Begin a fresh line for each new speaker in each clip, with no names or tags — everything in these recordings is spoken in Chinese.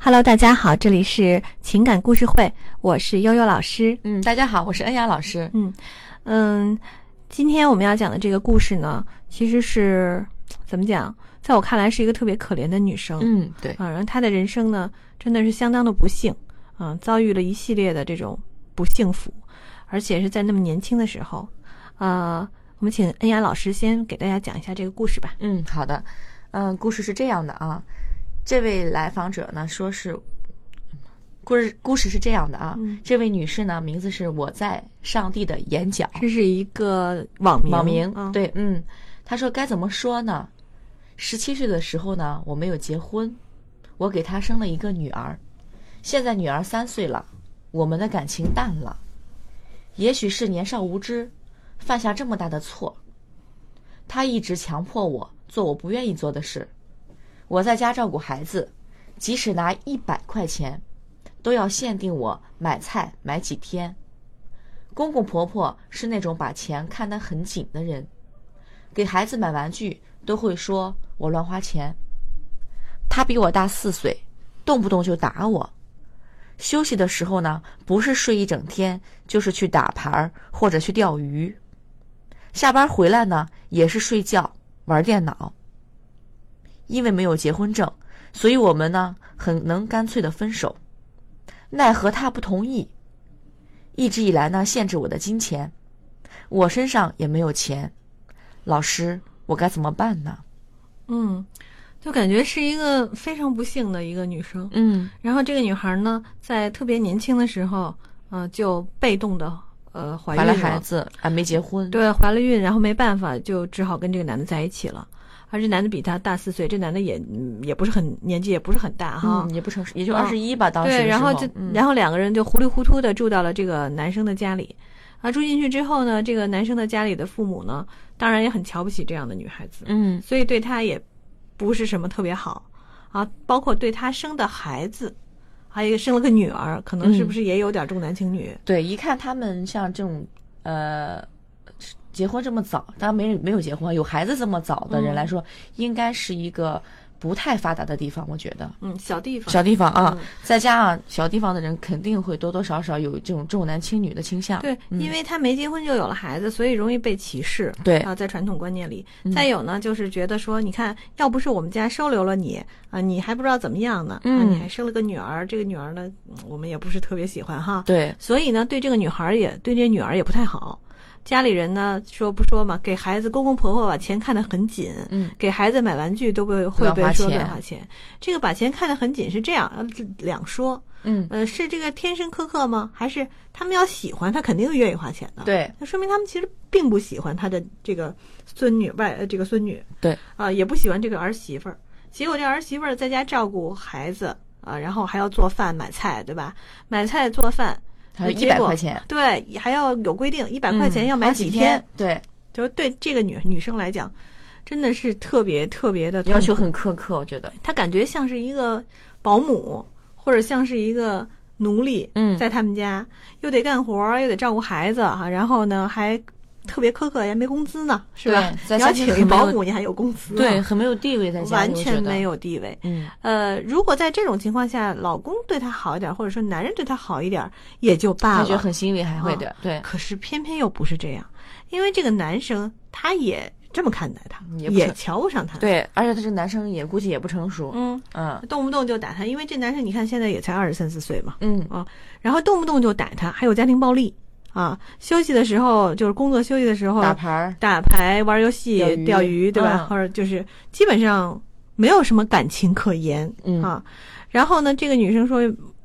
Hello，大家好，这里是情感故事会，我是悠悠老师。
嗯，大家好，我是恩雅老师。
嗯，今天我们要讲的这个故事呢，其实是怎么讲？在我看来是一个特别可怜的女生，
嗯，对，
啊，然后她的人生呢，真的是相当的不幸，啊，遭遇了一系列的这种不幸福，而且是在那么年轻的时候，啊，我们请恩雅老师先给大家讲一下这个故事吧。
嗯，好的。嗯，故事是这样的啊，这位来访者呢说是，故事故事是这样的啊，
嗯
这位女士呢名字是我在上帝的眼角，
这是一个网名，
网名、
啊、，
对，嗯，她说该怎么说呢？十七岁的时候呢，我没有结婚，我给她生了一个女儿，现在女儿三岁了，我们的感情淡了。也许是年少无知，犯下这么大的错。她一直强迫我做我不愿意做的事，我在家照顾孩子，即使拿一百块钱，都要限定我买菜买几天。公公婆婆是那种把钱看得很紧的人，给孩子买玩具都会说我乱花钱。他比我大四岁，动不动就打我。休息的时候呢，不是睡一整天，就是去打牌儿或者去钓鱼。下班回来呢，也是睡觉、玩电脑。因为没有结婚证，所以我们呢很能干脆的分手。奈何他不同意，一直以来呢限制我的金钱，我身上也没有钱。老师，我该怎么办呢？
嗯，就感觉是一个非常不幸的一个女生。
嗯
然后这个女孩呢，在特别年轻的时候，呃，就被动的呃怀
怀
孕
了
了，
孩子啊，没结婚。
对，怀了孕，然后没办法，就只好跟这个男的在一起了。而这男的比她大四岁，这男的也嗯也不是很年纪也不是很大哈。
嗯，也不成熟，也就
啊
二十一吧，当时的
对，然后
时候
就、
嗯
然后两个人就糊里糊涂的住到了这个男生的家里。啊，住进去之后呢，这个男生的家里的父母呢，当然也很瞧不起这样的女孩子。
嗯
所以对他也不是什么特别好啊。包括对他生的孩子，还有一个生了个女儿，可能
嗯
是不是也有点重男轻女？
对，一看他们像这种呃结婚这么早，当然没人没有结婚有孩子这么早的人
嗯
来说，应该是一个不太发达的地方，我觉得。
嗯，小地方。
小地方啊
嗯，
再加上小地方的人肯定会多多少少有这种重男轻女的倾向。
对，
嗯
因为他没结婚就有了孩子，所以容易被歧视。
对
啊，在传统观念里，
嗯
再有呢，就是觉得说，你看，要不是我们家收留了你啊，你还不知道怎么样呢，啊，
嗯
你还生了个女儿，这个女儿呢，嗯我们也不是特别喜欢哈，
对，
所以呢，对这个女孩儿也对这女儿也不太好。家里人呢说不说嘛，给孩子公公婆婆把钱看得很紧，
嗯，
给孩子买玩具都被会
乱
被
花
说
钱
乱花钱。这个把钱看得很紧是这样，呃两说，
嗯，
呃，是这个天生苛刻吗？还是他们要喜欢他，肯定愿意花钱的？，
对
那说明他们其实并不喜欢他的这个孙女外，呃，这个孙女，
对
啊、也不喜欢这个儿媳妇儿。结果这儿媳妇儿在家照顾孩子啊、然后还要做饭、买菜，对吧？买菜做饭，
还有一
结
百
果
块钱，
对，还要有规定，一百块钱
嗯
要买
好
几
几
天，，
对，
就是对这个女女生来讲，真的是特别特别的
要求很苛刻，我觉得。
她感觉像是一个保姆，或者像是一个奴隶，
嗯
在他们家又得干活儿，又得照顾孩子啊，然后呢还特别苛刻，也没工资呢，是吧？
对在
你要
家庭
请一
很没
保
有
姆，你还有工资呢，
对，很没有地位在家里，
完全没
有。
有地位。
嗯，
呃，如果在这种情况下，老公对她好一点，或者说男人对她好一点，也就罢
他
了，嗯
觉得很欣慰，还会的，对，
可是偏偏又不是这样，因为这个男生他也这么看待她，
嗯也
也
不是
瞧不上她。，
对，而且他这个男生也估计也不成熟，
嗯，
嗯
动不动就打她，因为这男生你看现在也才二十三四岁嘛，
嗯
然后动不动就打她，还有家庭暴力啊。休息的时候就是工作休息的时候
打牌儿，
打牌、玩游戏、
钓
钓
鱼
对吧？
嗯
或者就是基本上没有什么感情可言、
嗯
啊。然后呢，这个女生说，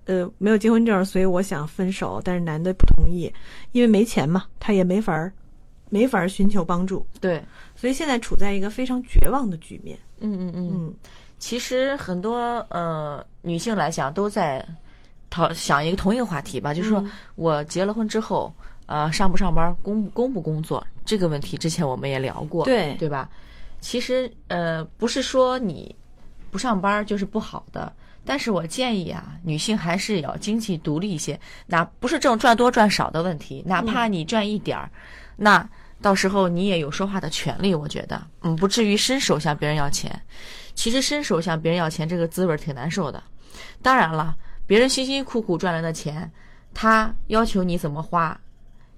呃，没有结婚证，所以我想分手，但是男的不同意，因为没钱嘛，他也没法儿，没法儿寻求帮助，
对，
所以现在处在一个非常绝望的局面。
嗯嗯嗯。
嗯
其实很多呃女性来讲都在讨想一个同一个话题吧，就是说
嗯
我结了婚之后，呃，上不上班，工不工不工作这个问题，之前我们也聊过，
对
对吧？其实呃，不是说你不上班就是不好的。但是我建议啊，女性还是要经济独立一些，哪不是这种赚多赚少的问题，哪怕你赚一点儿，那到时候你也有说话的权利，我觉得，嗯，不至于伸手向别人要钱。其实伸手向别人要钱这个滋味儿挺难受的。当然了，别人辛辛苦苦赚来的钱，他要求你怎么花，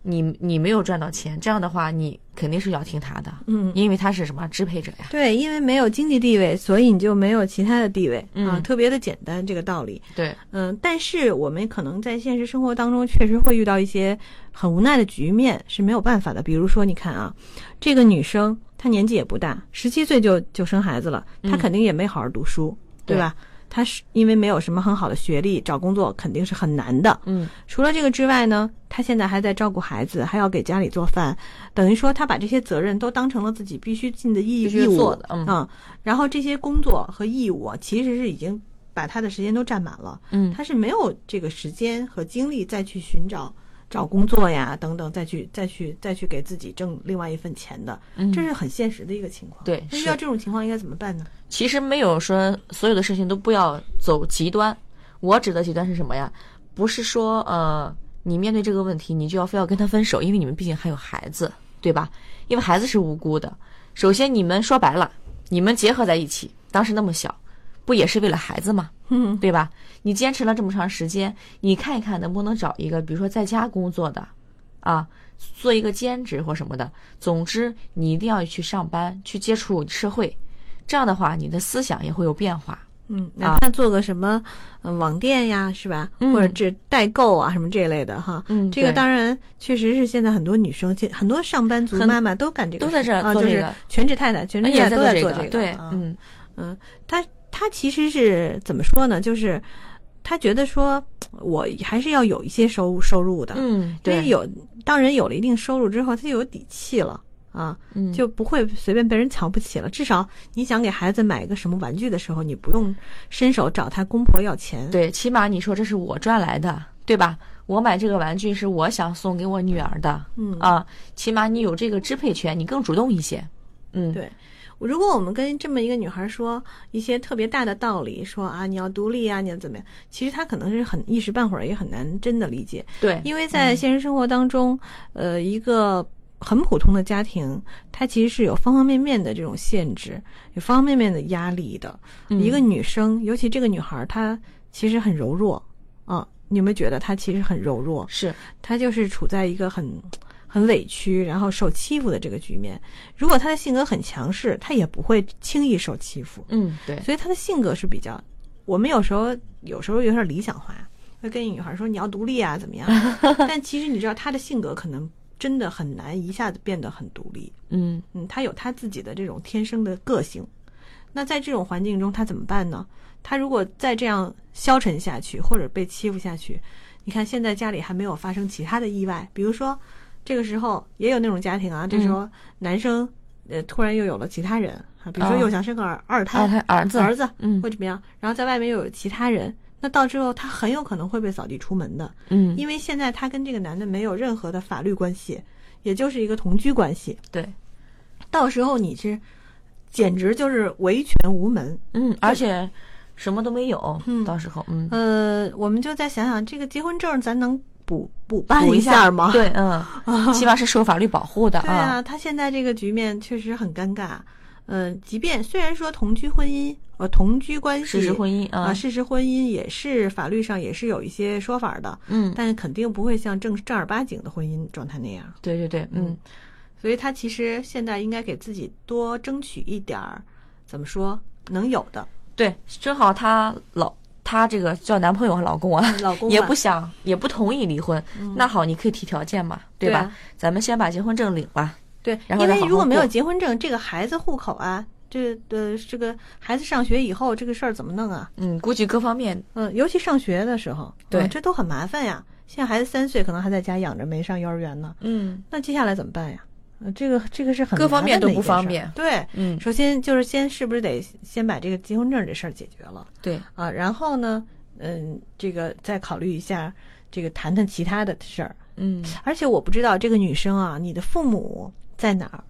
你你没有赚到钱，这样的话你肯定是要听他的，
嗯
因为他是什么支配者呀。
对，因为没有经济地位，所以你就没有其他的地位、啊，
嗯
特别的简单这个道理。
对，
嗯，但是我们可能在现实生活当中确实会遇到一些很无奈的局面是没有办法的。比如说，你看啊，这个女生她年纪也不大，十七岁就就生孩子了，她
嗯
肯定也没好好读书，对
对
吧？她是因为没有什么很好的学历，找工作肯定是很难的。
嗯，
除了这个之外呢，她现在还在照顾孩子，还要给家里做饭，等于说她把这些责任都当成了自己必须尽的义
必须
义务
做的嗯
啊然后这些工作和义务啊其实是已经把她的时间都占满了，
嗯
她是没有这个时间和精力再去寻找找工作呀等等，再去再去再去给自己挣另外一份钱的，
嗯
这是很现实的一个情况。
对
那遇
是
到这种情况应该怎么办呢？
其实没有说所有的事情都不要走极端。我指的极端是什么呀？不是说呃，你面对这个问题，你就要非要跟他分手，因为你们毕竟还有孩子，对吧？因为孩子是无辜的。首先，你们说白了，你们结合在一起，当时那么小，不也是为了孩子吗？
嗯
对吧？你坚持了这么长时间，你看一看能不能找一个，比如说在家工作的，啊，做一个兼职或什么的。总之，你一定要去上班，去接触社会，这样的话，你的思想也会有变化。
嗯，哪怕做个什么、呃、网店呀，是吧？
啊嗯
或者这代购啊什么这一类的哈。
嗯
这个
对
当然确实是现在很多女生，现很多上班族
很
妈妈都干这个事，
都在这儿
啊，
做
就
这
是
个呃
全职太太、全职
也
太
在
太都在
这
做
个，
个。
对，
啊
嗯
嗯，她她其实是怎么说呢？就是她觉得说，我还是要有一些收入收入的，
嗯，
因
对，
为有当人有了一定收入之后，她就有底气了啊。
嗯
就不会随便被人瞧不起了。至少你想给孩子买一个什么玩具的时候，你不用伸手找他公婆要钱。，
对，起码你说这是我赚来的，对吧？我买这个玩具是我想送给我女儿的，
嗯
啊，起码你有这个支配权，你更主动一些。嗯，
对如果我们跟这么一个女孩说一些特别大的道理，说啊你要独立啊，你要怎么样，其实她可能是很一时半会儿也很难真的理解，
对，
因为在现实生活当中，呃，一个。很普通的家庭，它其实是有方方面面的这种限制，有方方面面的压力的。
嗯
一个女生，尤其这个女孩儿，她其实很柔弱啊。你有没有觉得她其实很柔弱？
是
她就是处在一个很很委屈，然后受欺负的这个局面。如果她的性格很强势，她也不会轻易受欺负。
嗯，对，
所以她的性格是比较，我们有时候有时候有点理想化，会跟女孩说你要独立啊，怎么样？ 但其实你知道她的性格可能真的很难一下子变得很独立。
嗯
嗯，他有他自己的这种天生的个性。那在这种环境中，他怎么办呢？他如果再这样消沉下去，或者被欺负下去，你看现在家里还没有发生其他的意外，比如说这个时候也有那种家庭
嗯
啊，这时候男生、呃突然又有了其他人啊，比如说
哦
又想生个二二胎，
二胎儿子
儿子
嗯
或怎么样，然后在外面又有其他人，那到之后他很有可能会被扫地出门的，
嗯，
因为现在他跟这个男的没有任何的法律关系，也就是一个同居关系。
对，
到时候你是简直就是维权无门。
嗯，而且什么都没有，
嗯
到时候嗯，
呃，我们就再想想这个结婚证，咱能补补办
补一
下吗？
对，嗯，起码是受法律保护的
对
啊，
啊，他现在这个局面确实很尴尬。嗯、即便虽然说同居婚姻，呃，同居关系，
事实婚姻
啊，
啊，
事实婚姻也是法律上也是有一些说法的，
嗯，
但肯定不会像正正儿八经的婚姻状态那样。
对对对，
嗯
嗯，
所以他其实现在应该给自己多争取一点儿，怎么说能有的
对，正好她老她这个叫男朋友和老公啊，
老公
也
吧
不想也不同意离婚，那好，你可以提条件嘛，对
对
吧
啊？
咱们先把结婚证领了，
对，
啊然后
因
再
为
好
如
好
果没
过
有结婚证，这个孩子户口啊，这呃这个孩子上学以后这个事儿怎么弄啊？
嗯，估计各方面
嗯，尤其上学的时候，
对
嗯这都很麻烦呀。现在孩子三岁，可能还在家养着，没上幼儿园呢。
嗯
那接下来怎么办呀？呃，这个这个是很
各
麻
方面
烦的
都
一
不
件事儿
方便
对，
嗯，
首先就是先是不是得先把这个结婚证这事儿解决了
对，
啊？然后呢，嗯，这个再考虑一下这个谈谈其他的事儿。
嗯，
而且我不知道这个女生啊，你的父母在哪儿？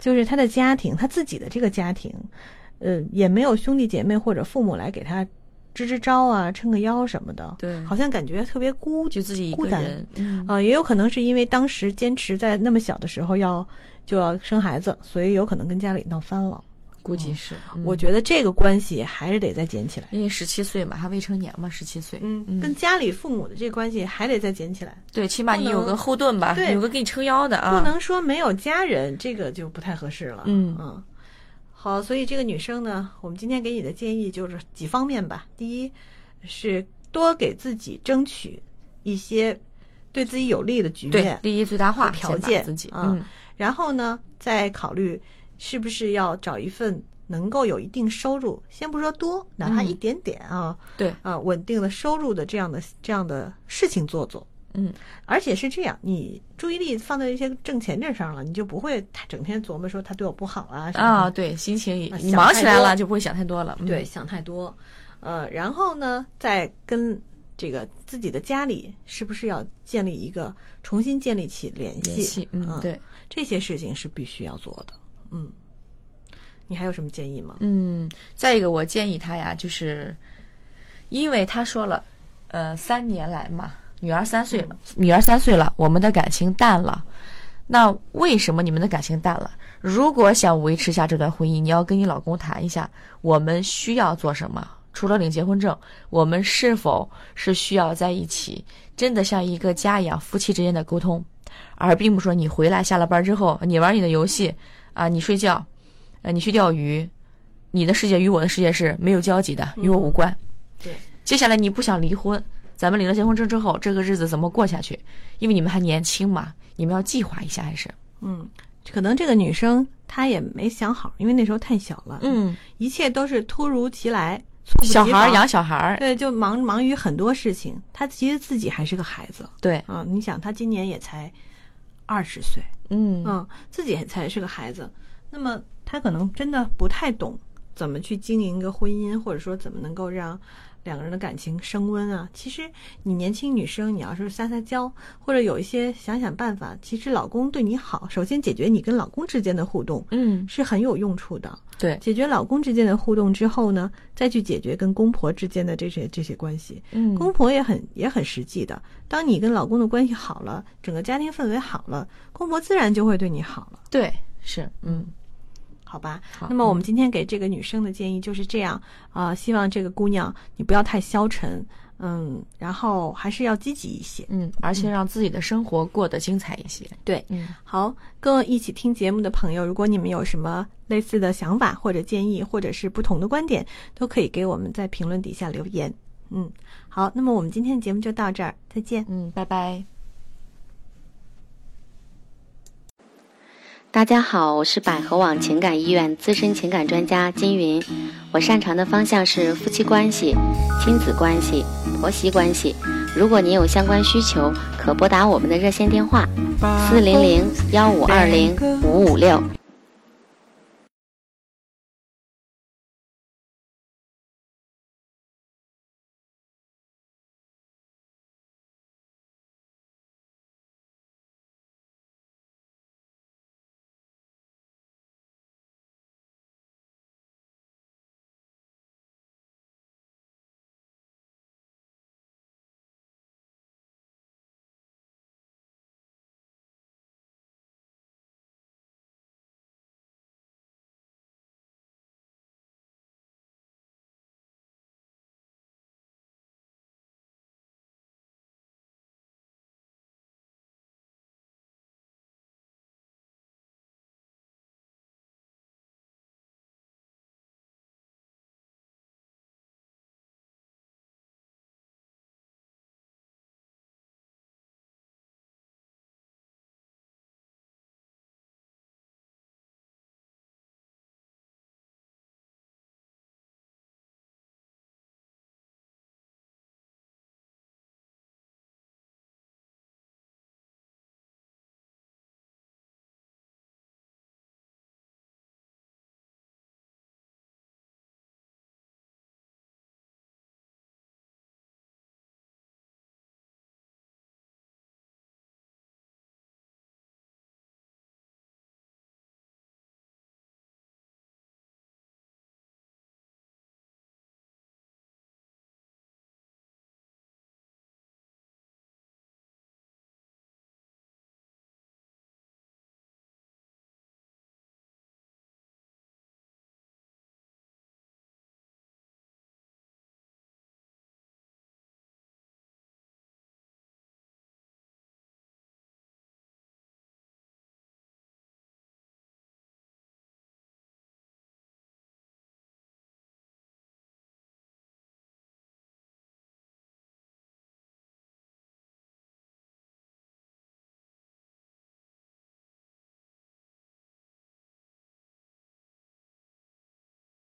就是她的家庭，她自己的这个家庭，呃，也没有兄弟姐妹或者父母来给她支支招啊，撑个腰什么的，
对
好像感觉特别孤
就自己一
孤
个
单
人，嗯
啊、也有可能是因为当时坚持在那么小的时候要就要生孩子，所以有可能跟家里闹翻了。
估计是。嗯
我觉得这个关系还是得再捡起来。
因为十七岁嘛，还未成年嘛，十七岁，
嗯，跟家里父母的这个关系还得再捡起来，
对，起码
不
你有
能
个后盾吧，
对
有个给你撑腰的啊。
不能说没有家人，这个就不太合适了。
嗯
嗯，好，所以这个女生呢，我们今天给你的建议就是几方面吧。第一是多给自己争取一些对自己有利的局
对
面，
利益最大化，
条
先把
件
自己，
啊
嗯，
然后呢，再考虑是不是要找一份能够有一定收入，先不说多，哪怕
嗯
一点点啊，
对，
啊，稳定的收入的这样的这样的事情做做。
嗯，
而且是这样，你注意力放在一些挣钱这上了，你就不会太整天琢磨说他对我不好啊什么
啊，
的
对，心情也
啊
你
想
忙
太
起来
多
了就不会想太多了，嗯
对，，想太多。呃，然后呢，再跟这个自己的家里是不是要建立一个重新建立起联系？
联系，嗯，对，
这些事情是必须要做的。嗯，你还有什么建议吗？
嗯，再一个，我建议他呀，就是因为他说了，呃，三年来嘛，女儿三岁了，女儿三岁了，我们的感情淡了。那为什么你们的感情淡了？如果想维持下这段婚姻，你要跟你老公谈一下，我们需要做什么？除了领结婚证，我们是否是需要在一起，真的像一个家一样，夫妻之间的沟通，而并不是说你回来下了班之后，你玩你的游戏啊，你睡觉，呃，你去钓鱼，你的世界与我的世界是没有交集的，与我无关。
嗯对，
接下来你不想离婚，咱们领了结婚证之后，这个日子怎么过下去？因为你们还年轻嘛，你们要计划一下，还是
嗯，可能这个女生她也没想好，因为那时候太小了，，
嗯，
一切都是突如其来，猝不及
小孩儿
防
养小孩儿，
对，就忙忙于很多事情。她其实自己还是个孩子
对，
啊，你想，她今年也才二十岁，
嗯，
嗯，自己也才是个孩子，那么她可能真的不太懂怎么去经营一个婚姻，或者说怎么能够让两个人的感情升温啊。其实你年轻女生，你要是撒撒娇，或者有一些想想办法，其实老公对你好，首先解决你跟老公之间的互动
嗯，
是很有用处的。
对，
解决老公之间的互动之后呢，再去解决跟公婆之间的这些这些关系。
嗯，
公婆也很也很实际的，当你跟老公的关系好了，整个家庭氛围好了，公婆自然就会对你好了，
对，是，嗯，
好吧？
好
那么我们今天给这个女生的建议就是这样啊、希望这个姑娘你不要太消沉，嗯，然后还是要积极一些。
嗯，而且让自己的生活过得精彩一些，
对，
嗯，
好，跟我一起听节目的朋友，如果你们有什么类似的想法或者建议，或者是不同的观点，都可以给我们在评论底下留言。嗯，好，那么我们今天的节目就到这儿，再见。
嗯，拜拜。
大家好，我是百合网情感医院资深情感专家金云。我擅长的方向是夫妻关系、亲子关系、婆媳关系。如果您有相关需求，可拨打我们的热线电话四零零幺五二零五五六。